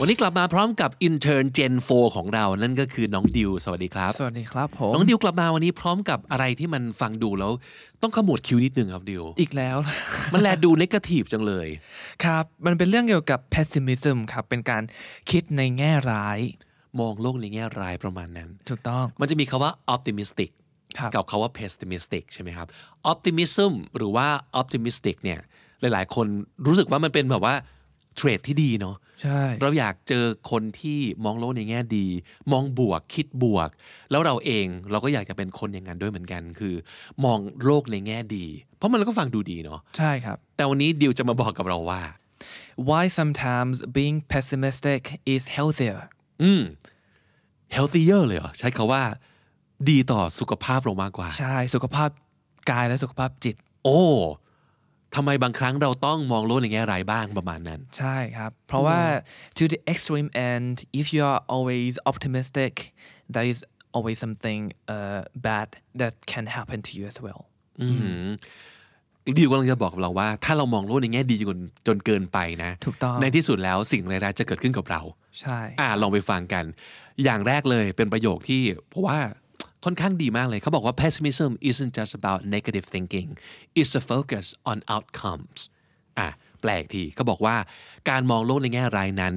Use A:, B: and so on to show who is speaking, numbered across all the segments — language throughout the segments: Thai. A: วันนี้กลับมาพร้อมกับ intern Gen 4 ของเรา นั่นก็คือน้องดิว สวัสดีครับ
B: สวัสดีครับผม
A: น้องดิวกลับมาวันนี้พร้อมกับอะไรที่มันฟังดูแล้ว ต้องขมวดคิ้วนิดนึงครับดิว
B: อีกแล้ว
A: มันแลดูนกาทีฟจังเลย
B: ครับ มันเป็นเรื่องเกี่ยวกับ pessimism ครับ เป็นการคิดในแง่ร้าย
A: มองโลกในแง่ร้ายประมาณนั้น
B: ถูกต้อง
A: มันจะมีคาว่า optimistic
B: ครับ
A: กับคาว่า pessimistic ใช่ไหมครับ optimism หรือว่า optimistic เนี่ยหลายๆ คนรู้สึกว่ามันเป็นแบบว่าเทรดที่ดีเนาะ
B: ใช่
A: เราอยากเจอคนที่มองโลกในแง่ดี มองบวกคิดบวก แล้วเราเองเราก็อยากจะเป็นคนอย่างนั้นด้วยเหมือนกัน คือ มองโลกในแง่ดี เพราะมันก็ฟังดูดีเนาะ
B: ใช่ครับ
A: แต่วันนี้ดิวจะมาบอกกับเราว่า
B: why sometimes being pessimistic is healthier
A: อืม healthier เลยเหรอใช้คาว่า ดีต่อสุขภาพเรามากกว่า
B: ใช่ สุขภาพกายและสุขภาพจิต
A: โอ้ ทำไมบางครั้งเราต้องมองโลกในแง่ร้ายบ้างประมาณนั้น
B: ใช่ครับ เพราะว่า to the extreme end if you are always optimistic there is always something uh, bad that can happen to you as well
A: อืมดิวกำลังจะบอกกับเราว่า ถ้าเรามองโลกในแง่ดีจนจนเกินไปนะ
B: ถูกต้อง
A: ในที่สุดแล้วสิ่งร้ายๆจะเกิดขึ้นกับเรา
B: ใช่
A: อ่าลองไปฟังกัน อย่างแรกเลยเป็นประโยคที่ผมว่าค่อนข้างดีมากเลยเขาบอกว่า pessimism isn't just about negative thinking it's a focus on outcomes อ่ะแปลกทีเขาบอกว่าการมองโลกในแง่ร้ายนั้น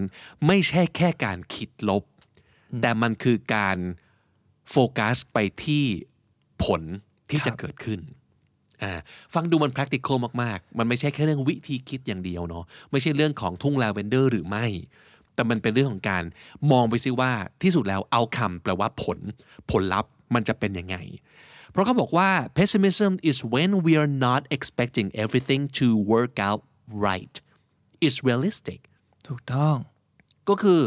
A: ไม่ใช่แค่การคิดลบ แต่มันคือการโฟกัสไปที่ผลที่จะเกิดขึ้น อ่าฟังดูมัน practical มาก ๆ มันไม่ใช่แค่เรื่องวิธีคิดอย่างเดียวเนาะ ไม่ใช่เรื่องของทุ่งลาเวนเดอร์หรือไม่ แต่มันเป็นเรื่องของการมองไปซิว่าที่สุดแล้วเอาคำแปลว่าผล ผลลัพธ์มันจะเป็นยังไง เพราะเขาบอกว่า pessimism is when we are not expecting everything to work out right is realistic
B: ถูกต้อง
A: ก็คือ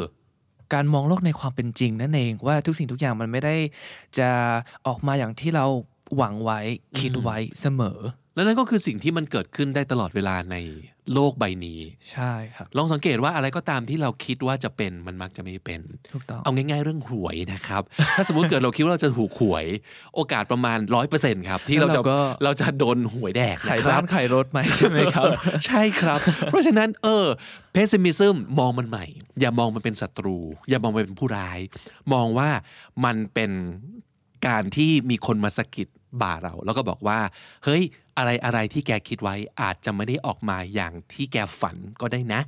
B: การมองโลกในความเป็นจริงนั่นเองว่าทุกสิ่งทุกอย่างมันไม่ได้จะออกมาอย่างที่เราหวังไว้คิดไว้เสมอ
A: และนั่นก็คือสิ่งที่มันเกิดขึ้นได้ตลอดเวลาในโลกใบนี้
B: ใช่ครับ
A: ลองสังเกตว่าอะไรก็ตามที่เราคิดว่าจะเป็นมันมักจะไม่เป็น
B: ถูกต้อง
A: เอาง่ายๆเรื่องหวยนะครับ ถ้าสมมติเกิดเราคิดว่าเราจะถูกหวย โอกาสประมาณร้อยเปอร์เซ็นครับ ที่เราจะ
B: แล้วเราก็
A: เราจะโดนหวยแดก
B: ขาย
A: นะค
B: ร้า
A: รับ
B: นขายรถไหมใช่ไหม ครับ
A: ใช่ครับ เพราะฉะนั้นเออ pessimism มองมันใหม่ อย่ามองมันเป็นศัตรู อย่ามองมันเป็นผู้ร้าย มองว่ามันเป็นการที่มีคนมาสะกิดบ่าเรา แล้วก็บอกว่า เฮ้ย อะไรอะไรที่แกคิดไว้อาจจะไม่ได้ออกมาอย่างที่แกฝันก็ได้นะ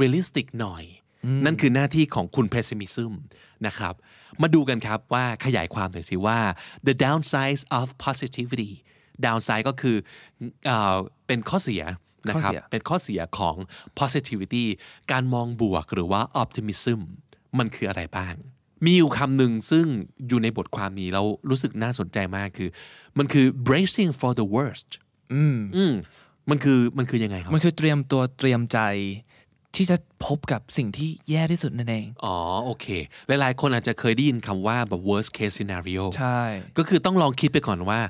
A: realistic หน่อย นั่นคือหน้าที่ของคุณ pessimism นะครับ มาดูกันครับว่าขยายความหน่อยสิว่า the downsides of positivity downside ก็คือเอ่อเป็นข้อเสียนะครับ
B: ข้อเสีย
A: เป็นข้อเสียของ positivity การมองบวกหรือว่า optimism มันคืออะไรบ้าง มีอยู่คำหนึ่งซึ่งอยู่ในบทความนี้แล้วรู้สึกน่าสนใจมากคือ มันคือ bracing for the worst อืมมันคือมันคือยังไงครับ
B: มันคือเตรียมตัวเตรียมใจ ที่จะพบกับสิ่งที่แย่ที่สุดนั่นเอง
A: อ๋อ โอเค หลายๆ คนอาจจะเคยได้ยินคำว่าแบบ worst case scenario
B: ใช่
A: ก็คือต้องลองคิดไปก่อนว่า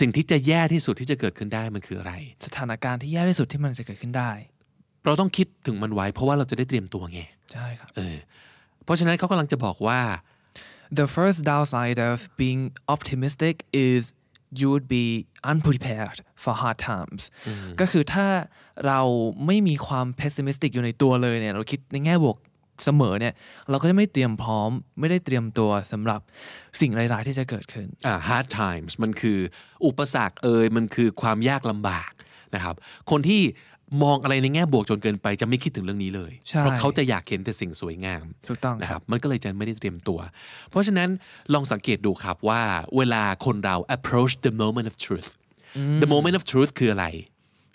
A: สิ่งที่จะแย่ที่สุดที่จะเกิดขึ้นได้มันคืออะไร
B: สถานการณ์ที่แย่ที่สุดที่มันจะเกิดขึ้นได้
A: เราต้องคิดถึงมันไว้เพราะว่าเราจะได้เตรียมตัวไง
B: ใช่ครับ
A: เออเพราะฉะนั้นเขากำลังจะบอกว่า
B: The first downside of being optimistic is you would be unprepared for hard times ก็คือถ้าเราไม่มีความ pessimistic อยู่ในตัวเลยเนี่ย เราคิดในแง่บวกเสมอเนี่ย เราก็จะไม่เตรียมพร้อม ไม่ได้เตรียมตัวสำหรับสิ่งร้ายๆที่จะเกิดขึ้น
A: อ่า hard times มันคืออุปสรรคเอ่ยมันคือความยากลำบากนะครับ คนที่มองอะไรในแง่บวกจนเกินไปจะไม่คิดถึงเรื่องนี้เลย
B: ใช่
A: เพราะเขาจะอยากเห็นแต่สิ่งสวยงาม
B: ถูกต้อง
A: นะ
B: ค
A: ค
B: รั
A: รั
B: บบ
A: มันก็เลยจะไม่ได้เตรียมตัว เพราะฉะนั้นลองสังเกตดูครับว่าเวลาคนเรา approach the moment of truth the moment of truth คืออะไร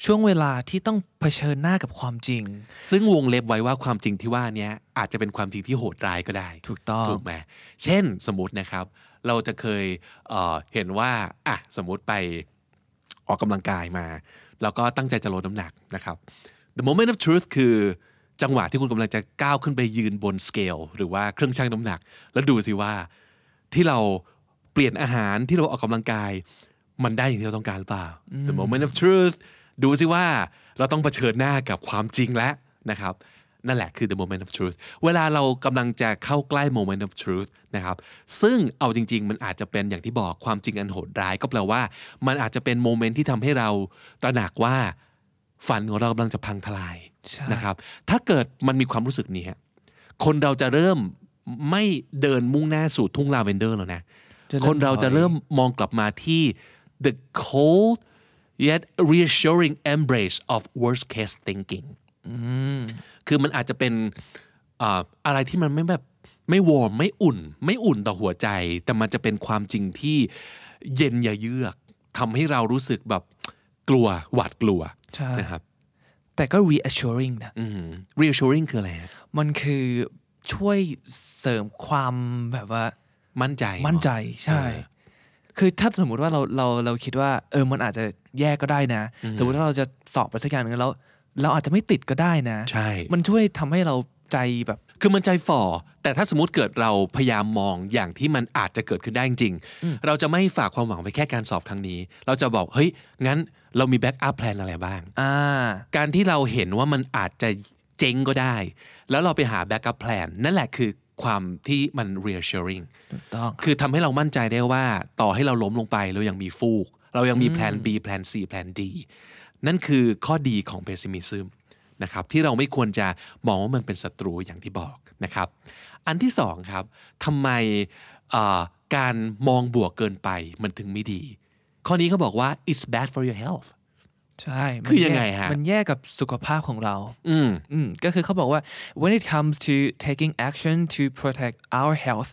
B: ช่วงเวลาที่ต้องเผชิญหน้ากับความจริง
A: ซึ่งวงเล็บไว้ว่าความจริงที่ว่าเนี้ยอาจจะเป็นความจริงที่โหดร้ายก็ได้
B: ถูกต้อง
A: ถูกไหมเช่นสมมตินะครับ เราจะเคยเอ่อเห็นว่าอ่ะสมมติไปออกกำลังกายมา แล้วก็ตั้งใจจะลดน้ำหนักนะครับ the moment of truth คือจังหวะที่คุณกำลังจะก้าวขึ้นไปยืนบนสเกลหรือว่าเครื่องชั่งน้ำหนัก แล้วดูสิว่าที่เราเปลี่ยนอาหารที่เราออกกำลังกาย มันได้อย่างที่เราต้องการหรือเปล่า the moment of truth ดูสิว่าเราต้องเผชิญหน้ากับความจริงแล้วนะครับ นั่นแหละคือ the moment of truth เวลาเรากำลังจะเข้าใกล้ moment of truth นะครับ ซึ่งเอาจริง ๆ มันอาจจะเป็นอย่างที่บอกความจริงอันโหดร้ายก็แปลว่า มันอาจจะเป็นโมเมนต์ที่ทำให้เราตระหนักว่า ฝันของเรากำลังจะพังทลาย
B: ใช่
A: นะครับ ถ้าเกิดมันมีความรู้สึกนี้ฮะคนเราจะเริ่มไม่เดินมุ่งหน้าสู่ทุ่งลาเวนเดอร์แล้วนะ
B: จะเริ่ม
A: คนเราจะ
B: ถอย
A: เริ่มมองกลับมาที่ the cold yet reassuring embrace of worst case thinking คือมันอาจจะเป็นอ่าอะไรที่มันไม่แบบไม่วอร์มไม่อุ่น ไม่อุ่นต่อหัวใจ แต่มันจะเป็นความจริงที่เย็นอย่าเยือกทำให้เรารู้สึกแบบกลัวหวาดกลัว
B: ใช่
A: นะครับ
B: แต่ก็ reassuring นะ
A: อืม reassuring คืออะไรฮะ
B: มันคือช่วยเสริมความแบบว่า
A: มั่นใจ
B: มั่นใจ
A: เอะ
B: ใช่
A: เออ
B: คือถ้าสมมติว่าเราเราเราคิดว่า เออมันอาจจะแย่ก็ได้นะ สมมติว่าเราจะสอบไปสักอย่างหนึ่งแล้ว เราอาจจะไม่ติดก็ได้นะ
A: ใช่
B: มันช่วยทำให้เราใจแบบ
A: คือมันใจฝ่อ แต่ถ้าสมมติเกิดเราพยายามมองอย่างที่มันอาจจะเกิดขึ้นได้จริงๆเราจะไม่ฝากความหวังไว้แค่การสอบครั้งนี้ เราจะบอก เฮ้ย งั้นเรามีแบ็กอัพแพลนอะไรบ้าง
B: อ่า
A: การที่เราเห็นว่ามันอาจจะเจ๊งก็ได้ แล้วเราไปหาแบ็กอัพแพลนนั่นแหละคือความที่มัน reassuring
B: ถูกต้อง
A: คือทำให้เรามั่นใจได้ว่าต่อให้เราล้มลงไปเรายังมีฟูก เรายังมีแผน B แผน C แผน D นั่นคือข้อดีของ pessimism นะครับที่เราไม่ควรจะมองว่ามันเป็นศัตรูอย่างที่บอกนะครับ อันที่สองครับทำไมเอ่อการมองบวกเกินไปมันถึงไม่ดี ข้อนี้เขาบอกว่า it's bad for your health
B: ใช่มัน
A: คือยังไงฮะ
B: แมันแย่กับสุขภาพของเรา
A: อืม
B: อืมก็คือเขาบอกว่า when it comes to taking action to protect our health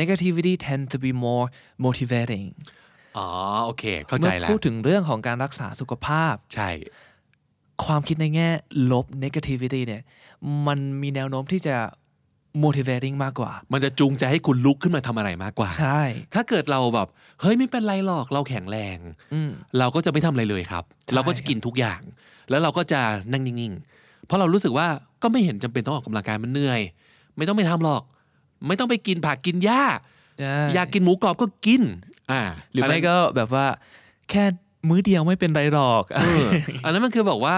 B: negativity tend to be more motivating
A: อ๋อ โอเค เข้าใจ
B: เมื่อ
A: แล้ว
B: พูดถึงเรื่องของการรักษาสุขภาพ
A: ใช่
B: ความคิดในแง่ลบ negativity เนี่ย มันมีแนวโน้มที่จะ motivating มากกว่า
A: มันจะจูงใจให้คุณลุกขึ้นมาทำอะไรมากกว่า
B: ใช่
A: ถ้าเกิดเราแบบ เฮ้ย ไม่เป็นไรหรอกเราแข็งแรง
B: อืม
A: เราก็จะไม่ทำอะไรเลยครับ
B: ใช่
A: เราก็จะกินทุกอย่าง แล้วเราก็จะนั่งนิ่งๆ เพราะเรารู้สึกว่าก็ไม่เห็นจำเป็นต้องออกกำลังกายมันเหนื่อย ไม่ต้องไปทำหรอก ไม่ต้องไปกินผักกินหญ้า
B: ใช่
A: อยากกินหมูกรอบก็กิน อ่า
B: หรืออน ไม่
A: นั้น
B: ก็แบบว่า แค่มื้อเดียวไม่เป็นไรหรอก
A: เอออันนั้นมันคือบอกว่า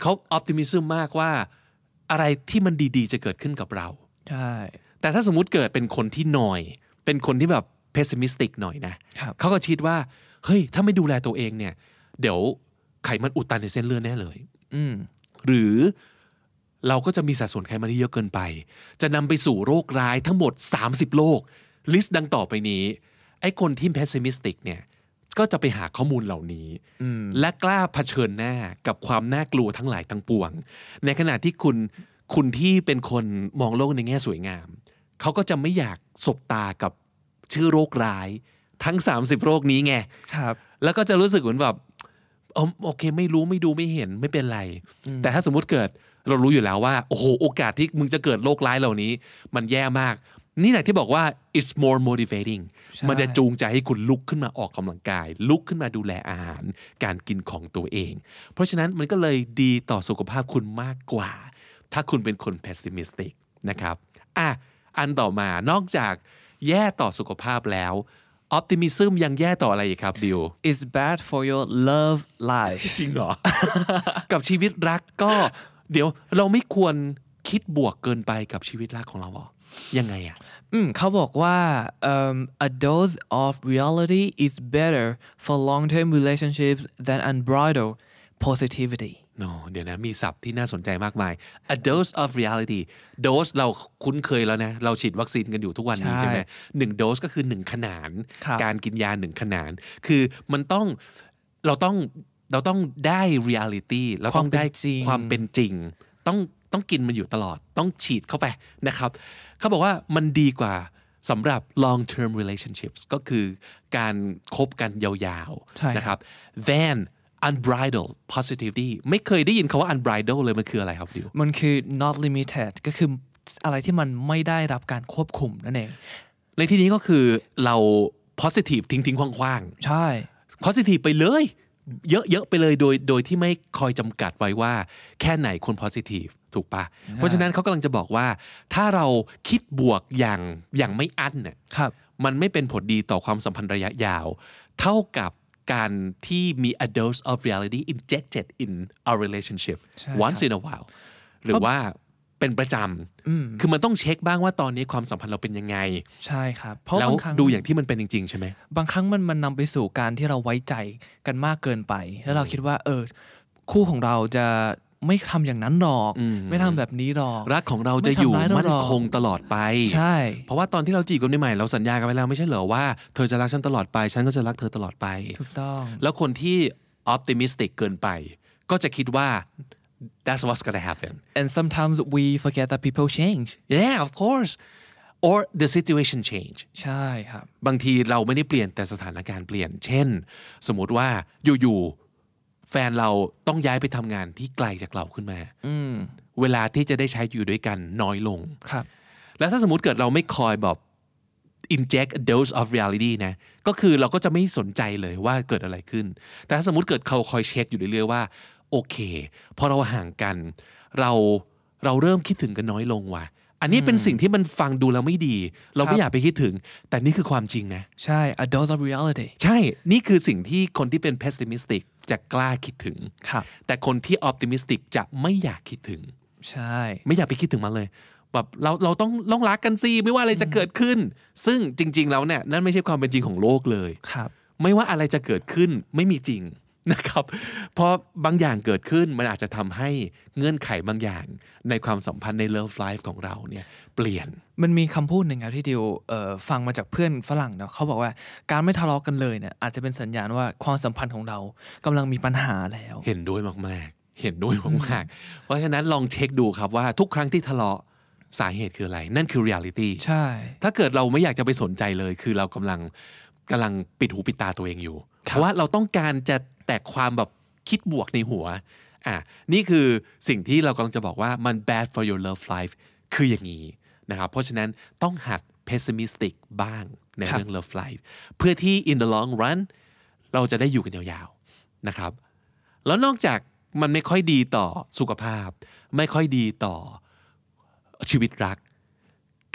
A: เขาออพติมิซึมมากว่า อะไรที่มันดีๆ จะเกิดขึ้นกับเรา
B: ใช่
A: แต่ถ้าสมมุติเกิดเป็นคนที่หน่อย เป็นคนที่แบบเพสซิมิสติกหน่อยนะครับ เขาก็คิดว่า เฮ้ย ถ้าไม่ดูแลตัวเองเนี่ย เดี๋ยวไขมันอุดตันในเส้นเลือดแน่เลย
B: อืม
A: หรือเราก็จะมีสัดส่วนไขมันที่เยอะเกินไป จะนำไปสู่โรคร้ายทั้งหมด 30 โรค ลิสต์ดังต่อไปนี้ ไอ้คนที่เพสซิมิสติกเนี่ย ก็จะไปหาข้อมูลเหล่านี้
B: อืม
A: และกล้าเผชิญหน้ากับความน่ากลัวทั้งหลายทั้งปวง ในขณะที่คุณคุณที่เป็นคนมองโลกในแง่สวยงาม เขาก็จะไม่อยากสบตากับชื่อโรคร้ายทั้ง 30 โรคนี้ไง
B: ครับ
A: แล้วก็จะรู้สึกเหมือนแบบเออโอเคไม่รู้ไม่ดูไม่เห็นไม่เป็นไร แต่ถ้าสมมุติเกิดเรารู้อยู่แล้วว่า โอ้โห โอกาสที่มึงจะเกิดโรคร้ายเหล่านี้ มันแย่มาก นี่แหละที่บอกว่า it's more motivating
B: ใช่
A: มันจะจูงใจให้คุณลุกขึ้นมาออกกำลังกาย ลุกขึ้นมาดูแลอาหาร การกินของตัวเอง เพราะฉะนั้นมันก็เลยดีต่อสุขภาพคุณมากกว่า ถ้าคุณเป็นคน pessimistic นะครับอ่ะอันต่อมานอกจากแย่ต่อสุขภาพแล้ว optimism ยังแย่ต่ออะไรอีกครับดิว
B: is bad for your love life
A: จริงเหรอ กับชีวิตรักก็ เดี๋ยวเราไม่ควรคิดบวกเกินไปกับชีวิตรักของเราเหรอยังไง อ่ะ
B: อืมเขาบอกว่าเอิ่ม a dose of reality is better for long-term relationships than unbridled positivity
A: โนเดี๋ยวนะ มีศัพท์ที่น่าสนใจมากมาย a dose of reality dose เราคุ้นเคยแล้วนะ เราฉีดวัคซีนกันอยู่ทุกวันนี้
B: ใช่
A: ใช่ไหมหนึ่ง dose ก็คือหนึ่งขนาน
B: ครับ
A: การกินยาหนึ่งขนาน คือมันต้องเราต้องเราต้องได้ reality เราต้องได้
B: ความเป็นจริง
A: ความเป็นจริง ต้องต้องกินมันอยู่ตลอด ต้องฉีดเข้าไปนะครับ เขาบอกว่ามันดีกว่าสำหรับ long term relationships ก็คือการคบกันยาว
B: ใช่
A: ๆนะครับ than unbridled positivity ไม่เคยได้ยินคาว่า unbridled เลยมันคืออะไรครับดิว
B: มันคือ not limited ก็คืออะไรที่มันไม่ได้รับการควบคุมนั่นเอง
A: ในที่นี้ก็คือเรา positive ทิ้งทิ้งๆคว่าง
B: ใช่
A: ๆ positive ไปเลย เยอะๆ ไปเลยโดยโดยที่ไม่คอยจำกัดไว้ว่า แค่ไหนควร positive ถูกปะเพราะฉะนั้นเขากำลังจะบอกว่า ถ้าเราคิดบวกอย่างอย่างไม่อั้นเนี่ย
B: ครับ
A: มันไม่เป็นผลดีต่อความสัมพันธ์ระยะยาว เท่ากับ การที่มี a dose of reality injected in our relationship
B: ใช่ครับ
A: once in a while หรือว่าเป็นประจำคือมันต้องเช็คบ้างว่าตอนนี้ความสัมพันธ์เราเป็นยังไง
B: ใช่ครับ เพราะ
A: แล้ว
B: บางครั้ง
A: ดูอย่างที่มันเป็นจริง ๆ ใช่ไหม
B: บางครั้งมันมันนำไปสู่การที่เราไว้ใจกันมากเกินไป แล้วเราคิดว่า เออ คู่ของเราจะไม่ทำอย่างนั้นหรอก
A: อืม
B: ไม่ทำแบบนี้หรอก
A: รักของเราจะอยู่
B: ไทำร้าเรา
A: มั่น
B: หรอก
A: คงตลอดไป
B: ใช่
A: เพราะว่าตอนที่เราจีบกันใหม่ๆเราสัญญากันไว้แล้วไม่ใช่เหรอว่าเธอจะรักฉันตลอดไป ฉันก็จะรักเธอตลอดไป
B: ถูกต้อง
A: แล้วคนที่ optimistic เกินไป ก็จะคิดว่า that's what's gonna happen
B: and sometimes we forget that people change
A: yeah of course or the situation change
B: ใช่ครับ
A: บางทีเราไม่ได้เปลี่ยนแต่สถานการณ์เปลี่ยน เช่น สมมติว่าอยู่ๆแฟนเราต้องย้ายไปทำงานที่ไกลจากเราขึ้นมา
B: อืม
A: เวลาที่จะได้ใช้อยู่ด้วยกันน้อยลง
B: ครับ
A: แล้วถ้าสมมติเกิดเราไม่คอยแบบ inject a dose of reality นะ ก็คือเราก็จะไม่สนใจเลยว่าเกิดอะไรขึ้น แต่ถ้าสมมติเกิดเขาคอยเช็คอยู่เรื่อยๆว่า โอเค พอเราห่างกัน เราเราเริ่มคิดถึงกันน้อยลงว่ะ อันนี้เป็นสิ่งที่มันฟังดูแล้วไม่ดี เราไม่อยากไปคิดถึง แต่นี่คือความจริงนะ
B: ใช่ a dose of reality
A: ใช่ นี่คือสิ่งที่คนที่เป็น pessimistic จะกล้าคิดถึง
B: ครับ
A: แต่คนที่ optimistic จะไม่อยากคิดถึง
B: ใช่
A: ไม่อยากไปคิดถึงมันเลยแบบเราเราต้องต้องรักกันสิไม่ว่าอะไรจะเกิดขึ้น ซึ่งจริง ๆ แล้วเนี่ยนั่นไม่ใช่ความเป็นจริงของโลกเลย
B: ครับ
A: ไม่ว่าอะไรจะเกิดขึ้นไม่มีจริง นะครับ เพราะบางอย่างเกิดขึ้นมันอาจจะทำให้เงื่อนไขบางอย่างในความสัมพันธ์ใน love life ของเราเนี่ยเปลี่ยน
B: มันมีคำพูดหนึ่งครับที่ดิวเอ่อฟังมาจากเพื่อนฝรั่งเนาะเขาบอกว่าการไม่ทะเลาะกันเลยเนี่ยอาจจะเป็นสัญญาณว่าความสัมพันธ์ของเรากำลังมีปัญหาแล้ว
A: เห็นด้วยมากๆ เห็นด้วยมากๆ เพราะฉะนั้นลองเช็คดูครับว่าทุกครั้งที่ทะเลาะสาเหตุคืออะไร นั่นคือ reality
B: ใช่
A: ถ้าเกิดเราไม่อยากจะไปสนใจเลย คือเรากำลังกำลังปิดหูปิดตาตัวเองอยู่ เพราะว่าเราต้องการจะแตกความแบบคิดบวกในหัวอ่ะนี่คือสิ่งที่เรากำลังจะบอกว่ามัน bad for your love life คืออย่างนี้นะครับ เพราะฉะนั้นต้องหัด pessimistic บ้างใน
B: ครับ
A: เรื่อง love life เพื่อที่ in the long run เราจะได้อยู่กันยาวๆนะครับ แล้วนอกจากมันไม่ค่อยดีต่อสุขภาพ ไม่ค่อยดีต่อชีวิตรัก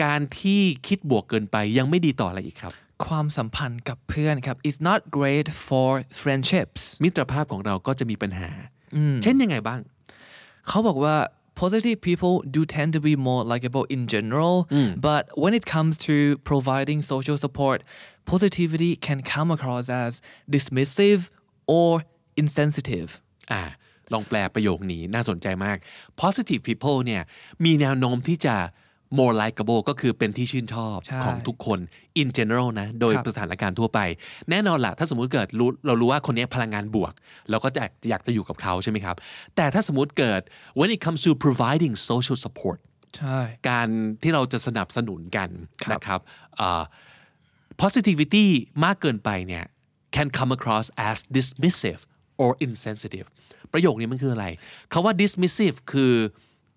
A: การที่คิดบวกเกินไปยังไม่ดีต่ออะไรอีกครับ
B: ความสัมพันธ์กับเพื่อนครับ is not great for friendships
A: มิตรภาพของเราก็จะมีปัญหา เช่นยังไงบ้าง
B: เขาบอกว่า positive people do tend to be more likable in general but when it comes to providing social support positivity can come across as dismissive or insensitive
A: อ่า ลองแปลประโยคนี้น่าสนใจมาก positive people เนี่ย มีแนวโน้มที่จะ more likable ก็คือเป็นที่ชื่นชอบ
B: ใช่
A: ของทุกคน in general นะ โดย
B: ครับ
A: สถานการณ์ทั่วไป แน่นอนละ่ะ ถ้าสมมุติเกิดรู้เรารู้ว่าคนนี้พลังงานบวก เราก็จะอยากจะอยู่กับเขาใช่ไหมครับ แต่ถ้าสมมุติเกิด when it comes to providing social support
B: ใช่
A: การที่เราจะสนับสนุนกันนะครับเอ่อ positivity มากเกินไปเนี่ย can come across as dismissive or insensitive ประโยคนี้มันคืออะไร คาว่า dismissive คือ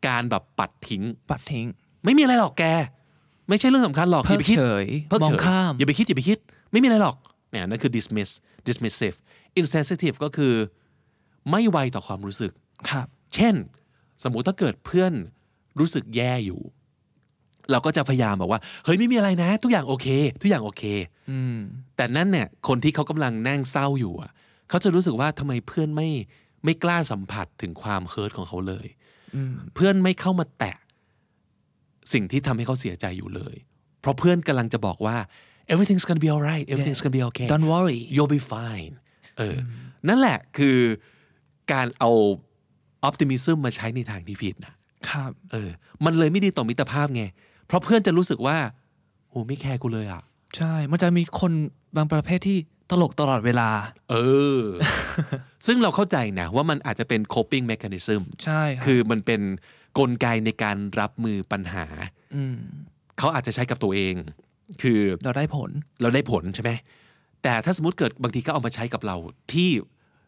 A: การแบบปัดทิ้ง
B: ปัดทิ้ง
A: ไม่มีอะไรหรอกแก ไม่ใช่เรื่องสำคัญหรอกอ
B: เพิก
A: ย่าไปคิด
B: เฉย
A: เพิกเฉ
B: มองข้าม
A: อย่าไปคิดอย่าไปคิด ไม่มีอะไรหรอกเนี่ยนั่นคือ dismiss dismissive insensitive ก็คือไม่ไวต่อความรู้สึก
B: ครับ
A: เช่น สมมุติถ้าเกิดเพื่อนรู้สึกแย่อยู่ เราก็จะพยายามบอกว่า เฮ้ยไม่มีอะไรนะ ทุกอย่างโอเค ทุกอย่างโอเค
B: อืม
A: แต่นั่นเนี่ยคนที่เขากำลังนั่งเศร้าอยู่อะเขาจะรู้สึกว่าทำไมเพื่อนไม่ไม่กล้าสัมผัสถึงความเฮิร์ตของเขาเลย
B: อืม
A: เพื่อนไม่เข้ามาแตะ สิ่งที่ทำให้เขาเสียใจอยู่เลย เพราะเพื่อนกำลังจะบอกว่า everything's gonna be alright everything's gonna be okay
B: Don't worry
A: you'll be fine เอออนั่นแหละคือการเอา optimism มาใช้ในทางที่ผิดนะครับ เออ มันเลยไม่ดีต่อมิตรภาพไง เพราะเพื่อนจะรู้สึกว่าโหไม่แคร์กูเลยอ่ะ
B: ใช่ มันจะมีคนบางประเภทที่ตลกตลอดเวลา
A: เอ อ ซึ่งเราเข้าใจนะ ว่ามันอาจจะเป็น coping mechanism
B: ใช่ครับ
A: คือมันเป็นกลไกในการรับมือปัญหา
B: ม
A: เขาอาจจะใช้กับตัวเอง คือ
B: เราได้ผล
A: เราได้ผลใช่ไหม แต่ถ้าสมมติเกิดบางทีก็เอามาใช้กับเรา ที่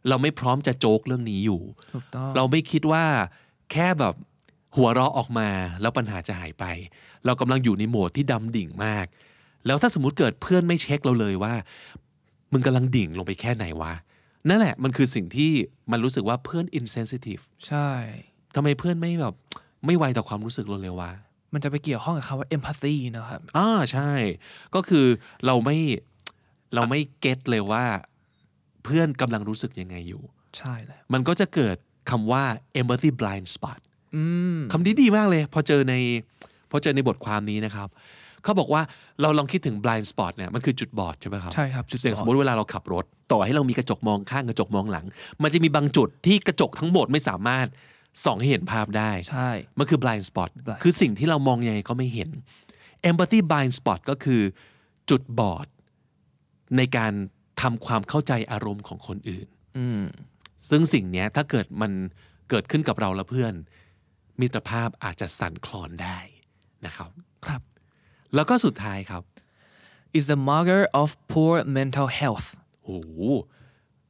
A: เราไม่พร้อมจะโจกเรื่องนี้อยู่
B: ถูกต้อง
A: เราไม่คิดว่าแค่แบบหัวเราะออกมาแล้วปัญหาจะหายไป เรากำลังอยู่ในโหมดที่ดำดิ่งมาก แล้วถ้าสมมติเกิดเพื่อนไม่เช็คเราเลยว่า มึงกำลังดิ่งลงไปแค่ไหนวะ นั่นแหละมันคือสิ่งที่มันรู้สึกว่าเพื่อน insensitive
B: ใช่
A: ทำไมเพื่อนไม่แบบไม่ไวต่อความรู้สึกเราเลยวะ
B: มันจะไปเกี่ยวข้องกับคำว่า empathy นะครับ
A: อ่าใช่ ก็คือเราไม่เราไม่เก็ตเลยว่า เพื่อนกำลังรู้สึกยังไงอยู่
B: ใช่แล้ว
A: มันก็จะเกิดคำว่า empathy blind spot
B: อืม
A: คำนี้ดีมากเลย พอเจอในพอเจอในบทความนี้นะครับ เขาบอกว่าเราลองคิดถึง blind spot เนี่ยมันคือจุดบอดใช่ไหมครับ
B: ใช่ครับจุดบอด
A: อย่างสมมติเวลาเราขับรถ ต่อให้เรามีกระจกมองข้างกระจกมองหลัง มันจะมีบางจุดที่กระจกทั้งหมดไม่สามารถส่องให้เห็นภาพได้
B: ใช่
A: มันคือ blind spot
B: blind
A: คือสิ่งที่เรามองยังไงก็ไม่เห็น empathy blind spot ก็คือจุดบอด ในการทำความเข้าใจอารมณ์ของคนอื่น
B: อืม
A: ซึ่งสิ่งเนี้ยถ้าเกิดมันเกิดขึ้นกับเราและเพื่อน มิตรภาพอาจจะสั่นคลอนได้นะครับ
B: ครับ
A: แล้วก็สุดท้ายครับ
B: is a marker of poor mental health
A: โอ้โห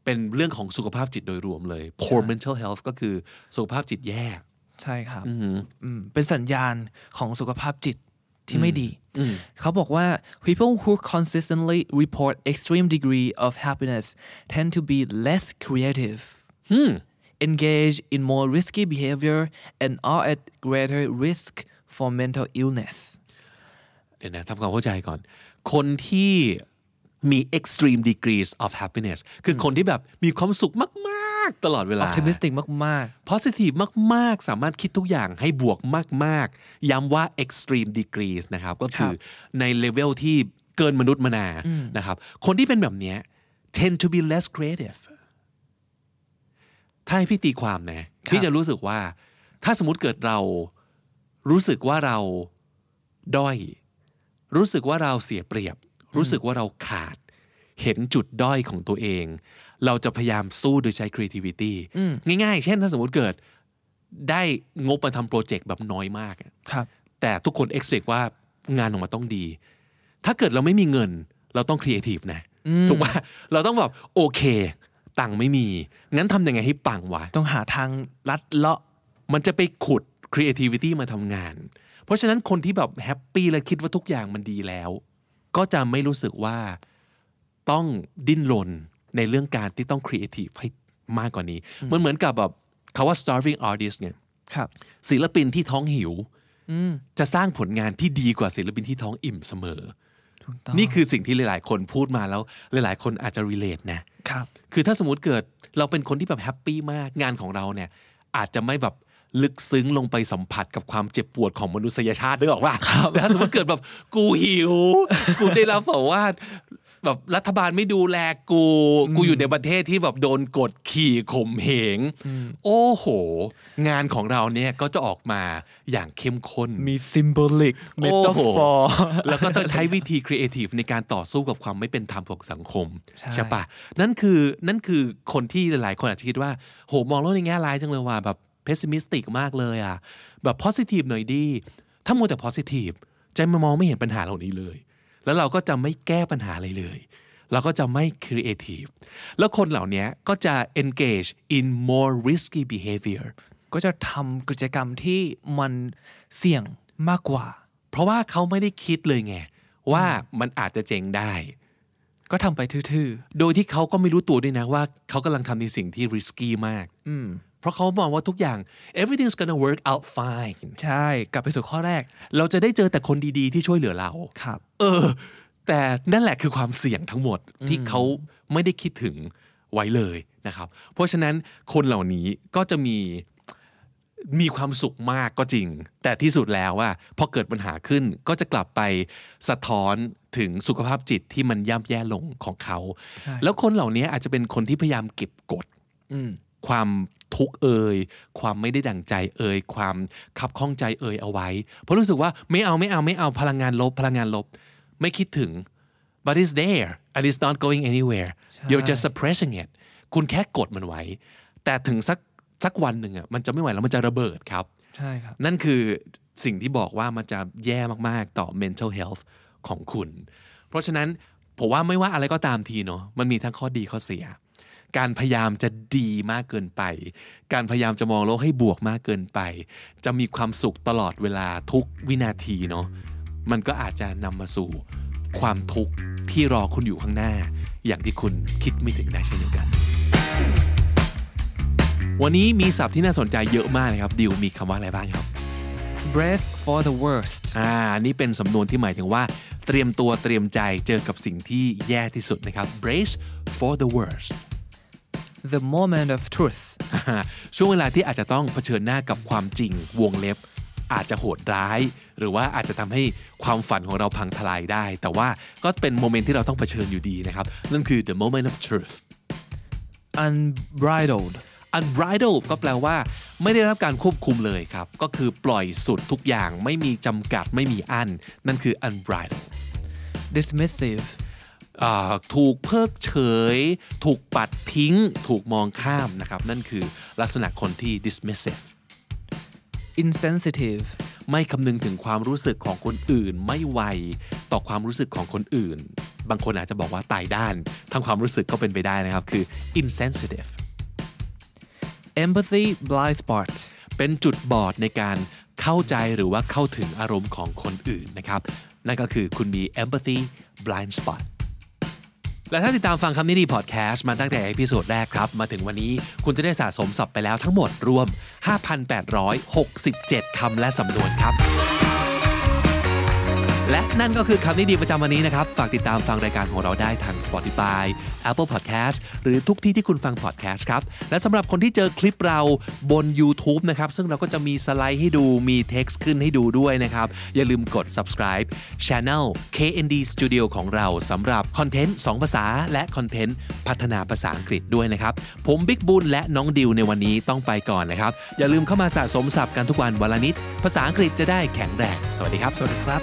A: เป็นเรื่องของสุขภาพจิตโดยรวมเลย poor mental health ก็คือสุขภาพจิตแย่
B: ใช่ครับ
A: อืม
B: อืมเป็นสัญญาณของสุขภาพจิตที่ไม่ดี
A: อืม
B: เขาบอกว่า people who consistently report extreme degree of happiness tend to be less creative engage in more risky behavior and are at greater risk for mental illness
A: เดี๋ยวนะทำความเข้าใจก่อน คนที่มี extreme degrees of happiness คือคนที่แบบมีความสุขมาก ๆ ตลอดเวลา
B: optimistic มาก
A: positive มาก ๆ สามารถคิดทุกอย่างให้บวกมาก ๆ ย้ำว่า extreme degrees นะครับ ก็คือในเลเวลที่เกินมนุษย์มนานะครับ คนที่เป็นแบบเนี้ย tend to be less creative ถ้าให้พี่ตีความนะพี่จะรู้สึกว่า ถ้าสมมติเกิดเรารู้สึกว่าเราด้อย รู้สึกว่าเราเสียเปรียบ รู้สึกว่าเราขาด เห็นจุดด้อยของตัวเอง เราจะพยายามสู้โดยใช้ creativity ง่ายๆ เช่นถ้าสมมติเกิดได้งบมาทำโปรเจกต์แบบน้อยมากอะ
B: ๆ ครับ
A: แต่ทุกคน expect ว่างานออกมาต้องดี ถ้าเกิดเราไม่มีเงิน เราต้อง creative นะ ถูกป่ะเราต้องแบบโอเค ตังค์ไม่มี งั้นทำยังไงให้ปังวะ
B: ต้องหาทางลัดเลาะ
A: มันจะไปขุด creativity มาทำงาน เพราะฉะนั้นคนที่แบบแฮปปี้และคิดว่าทุกอย่างมันดีแล้ว ก็จะไม่รู้สึกว่าต้องดิ้นรนในเรื่องการที่ต้อง creative ให้มากกว่านี้ มันเหมือนกับแบบคาว่า starving artist เนี่ย
B: ครับ
A: ศิลปินที่ท้องหิว จะสร้างผลงานที่ดีกว่าศิลปินที่ท้องอิ่มเสมอ
B: ถูกต้อง
A: นี่คือสิ่งที่หลาย ๆ คนพูดมาแล้ว หลาย ๆ คนอาจจะ relate นะ
B: ครับ
A: คือถ้าสมมติเกิดเราเป็นคนที่แบบแฮปปี้มากงานของเราเนี่ย อาจจะไม่แบบลึกซึ้งลงไปสัมผัสกับความเจ็บปวดของมนุษยชาตินึกออกว่าแต่ถ้าสมมติเกิดแบบกูหิว กูได้รับแบบว่าแบบรัฐบาลไม่ดูแลกู กูอยู่ในประเทศที่แบบโดนกดขี่ข่มเหง โอ้โห งานของเราเนี่ยก็จะออกมาอย่างเข้มข้น
B: มี symbolic
A: โอ้โห
B: metaphor
A: แล้วก็ต้องใช้วิธีครีเอทีฟในการต่อสู้กับความไม่เป็นธรรมของสังคม
B: ใช่
A: ใช่ปะนั่นคือนั่นคือคนที่หลายๆ คนอาจจะคิดว่า โห มองโลกในแง่ร้ายจังเลยว่าแบบเพสซิมิสติกมากเลยอ่ะ แบบโพซิทีฟหน่อยดี ถ้ามัวแต่โพซิทีฟใจมันมองไม่เห็นปัญหาเหล่านี้เลย แล้วเราก็จะไม่แก้ปัญหาอะไรเลย เราก็จะไม่ครีเอทีฟแล้วคนเหล่านี้ก็จะ engage in more risky behavior
B: ก็จะทำกิจกรรมที่มันเสี่ยงมากกว่า
A: เพราะว่าเขาไม่ได้คิดเลยไงว่ามันอาจจะเจ๊งได้
B: ก็ทำไปทื่อ
A: โดยที่เขาก็ไม่รู้ตัวด้วยนะว่าเขากำลังทำในสิ่งที่ risky มาก
B: ๆ อืม
A: เพราะเขามองว่าทุกอย่าง everything's gonna work out fine
B: ใช่ กลับไปสู่ข้อแรก
A: เราจะได้เจอแต่คนดีๆ ที่ช่วยเหลือเรา
B: ครับ
A: เออ แต่นั่นแหละคือความเสี่ยงทั้งหมดที่เขาไม่ได้คิดถึงไว้เลยนะครับ เพราะฉะนั้นคนเหล่านี้ก็จะมีมีความสุขมากก็จริง แต่ที่สุดแล้วว่าพอเกิดปัญหาขึ้นก็จะกลับไปสะท้อนถึงสุขภาพจิตที่มันย่ำแย่ลงของเขา
B: ใช่
A: แล้วคนเหล่านี้อาจจะเป็นคนที่พยายามเก็บกด
B: อืม
A: ความทุกข์เอ่ยความไม่ได้ดั่งใจเอ่ยความขับข้องใจเอ่ยเอาไว้ เพราะรู้สึกว่าไม่เอาไม่เอาไม่เอาพลังงานลบพลังงานลบ ไม่คิดถึง but it's there and it's not going anywhere
B: ใช่
A: you're just suppressing it คุณแค่กดมันไว้ แต่ถึงสักสักวันหนึ่งอ่ะมันจะไม่ไหวแล้วมันจะระเบิดครับ
B: ใช่ครับ
A: นั่นคือสิ่งที่บอกว่ามันจะแย่มาก ๆ ต่อ mental health ของคุณ เพราะฉะนั้นผมว่าไม่ว่าอะไรก็ตามทีเนาะมันมีทั้งข้อดีข้อเสีย การพยายามจะดีมากเกินไป การพยายามจะมองโลกให้บวกมากเกินไป จะมีความสุขตลอดเวลาทุกวินาทีเนาะมันก็อาจจะนำมาสู่ความทุกข์ที่รอคุณอยู่ข้างหน้า อย่างที่คุณคิดไม่ถึงได้เช่นเดียวกัน วันนี้มีศัพท์ที่น่าสนใจเยอะมากนะครับดิวมีคำว่าอะไรบ้างครับ
B: brace for the worst
A: อ่าอันนี่เป็นสำนวนที่หมายถึงว่า เตรียมตัวเตรียมใจเจอกับสิ่งที่แย่ที่สุดนะครับ brace for the worst
B: the moment of truth
A: อ่าช่วงเวลาที่อาจจะต้องเผชิญหน้ากับความจริงวงเล็บ อาจจะโหดร้าย หรือว่าอาจจะทำให้ความฝันของเราพังทลายได้ แต่ว่าก็เป็นโมเมนต์ที่เราต้องเผชิญอยู่ดีนะครับนั่นคือ the moment of truth
B: unbridled
A: unbridled ก็แปลว่า ไม่ได้รับการควบคุมเลยครับ ก็คือปล่อยสุดทุกอย่างไม่มีจำกัดไม่มีอัน นั่นคือ unbridled
B: dismissive
A: อ่าถูกเพิกเฉย ถูกปัดทิ้ง ถูกมองข้ามนะครับ นั่นคือลักษณะคนที่ dismissive
B: insensitive
A: ไม่คำนึงถึงความรู้สึกของคนอื่น ไม่ไวต่อความรู้สึกของคนอื่น บางคนอาจจะบอกว่าตายด้านทางความรู้สึกก็เป็นไปได้นะครับ คือ insensitive
B: empathy blind spot
A: เป็นจุดบอดในการเข้าใจหรือว่าเข้าถึงอารมณ์ของคนอื่นนะครับ นั่นก็คือคุณมี empathy blind spot และถ้าติดตามฟังคำนี้ดีพอดแคสต์มาตั้งแต่เอพิโซดแรกครับ มาถึงวันนี้คุณจะได้สะสมศัพท์ไปแล้วทั้งหมดรวม 5,867 คำและสำนวนครับ และนั่นก็คือคำนี้ดีประจำวันนี้นะครับ ฝากติดตามฟังรายการของเราได้ทาง Spotify Apple Podcast หรือทุกที่ที่คุณฟัง podcast ครับ และสำหรับคนที่เจอคลิปเราบน YouTube นะครับ ซึ่งเราก็จะมีสไลด์ให้ดูมี text ขึ้นให้ดูด้วยนะครับ อย่าลืมกด subscribe Channel KND Studio ของเราสำหรับคอนเทนต์2ภาษาและคอนเทนต์พัฒนาภาษาอังกฤษด้วยนะครับ ผมบิ๊กบุญและน้องดิวในวันนี้ต้องไปก่อนนะครับ อย่าลืมเข้ามาสะสมศัพท์กันทุกวันวันละนิด ภาษาอังกฤษจะได้แข็งแรงสวัสดีครับ สวัสดีครับ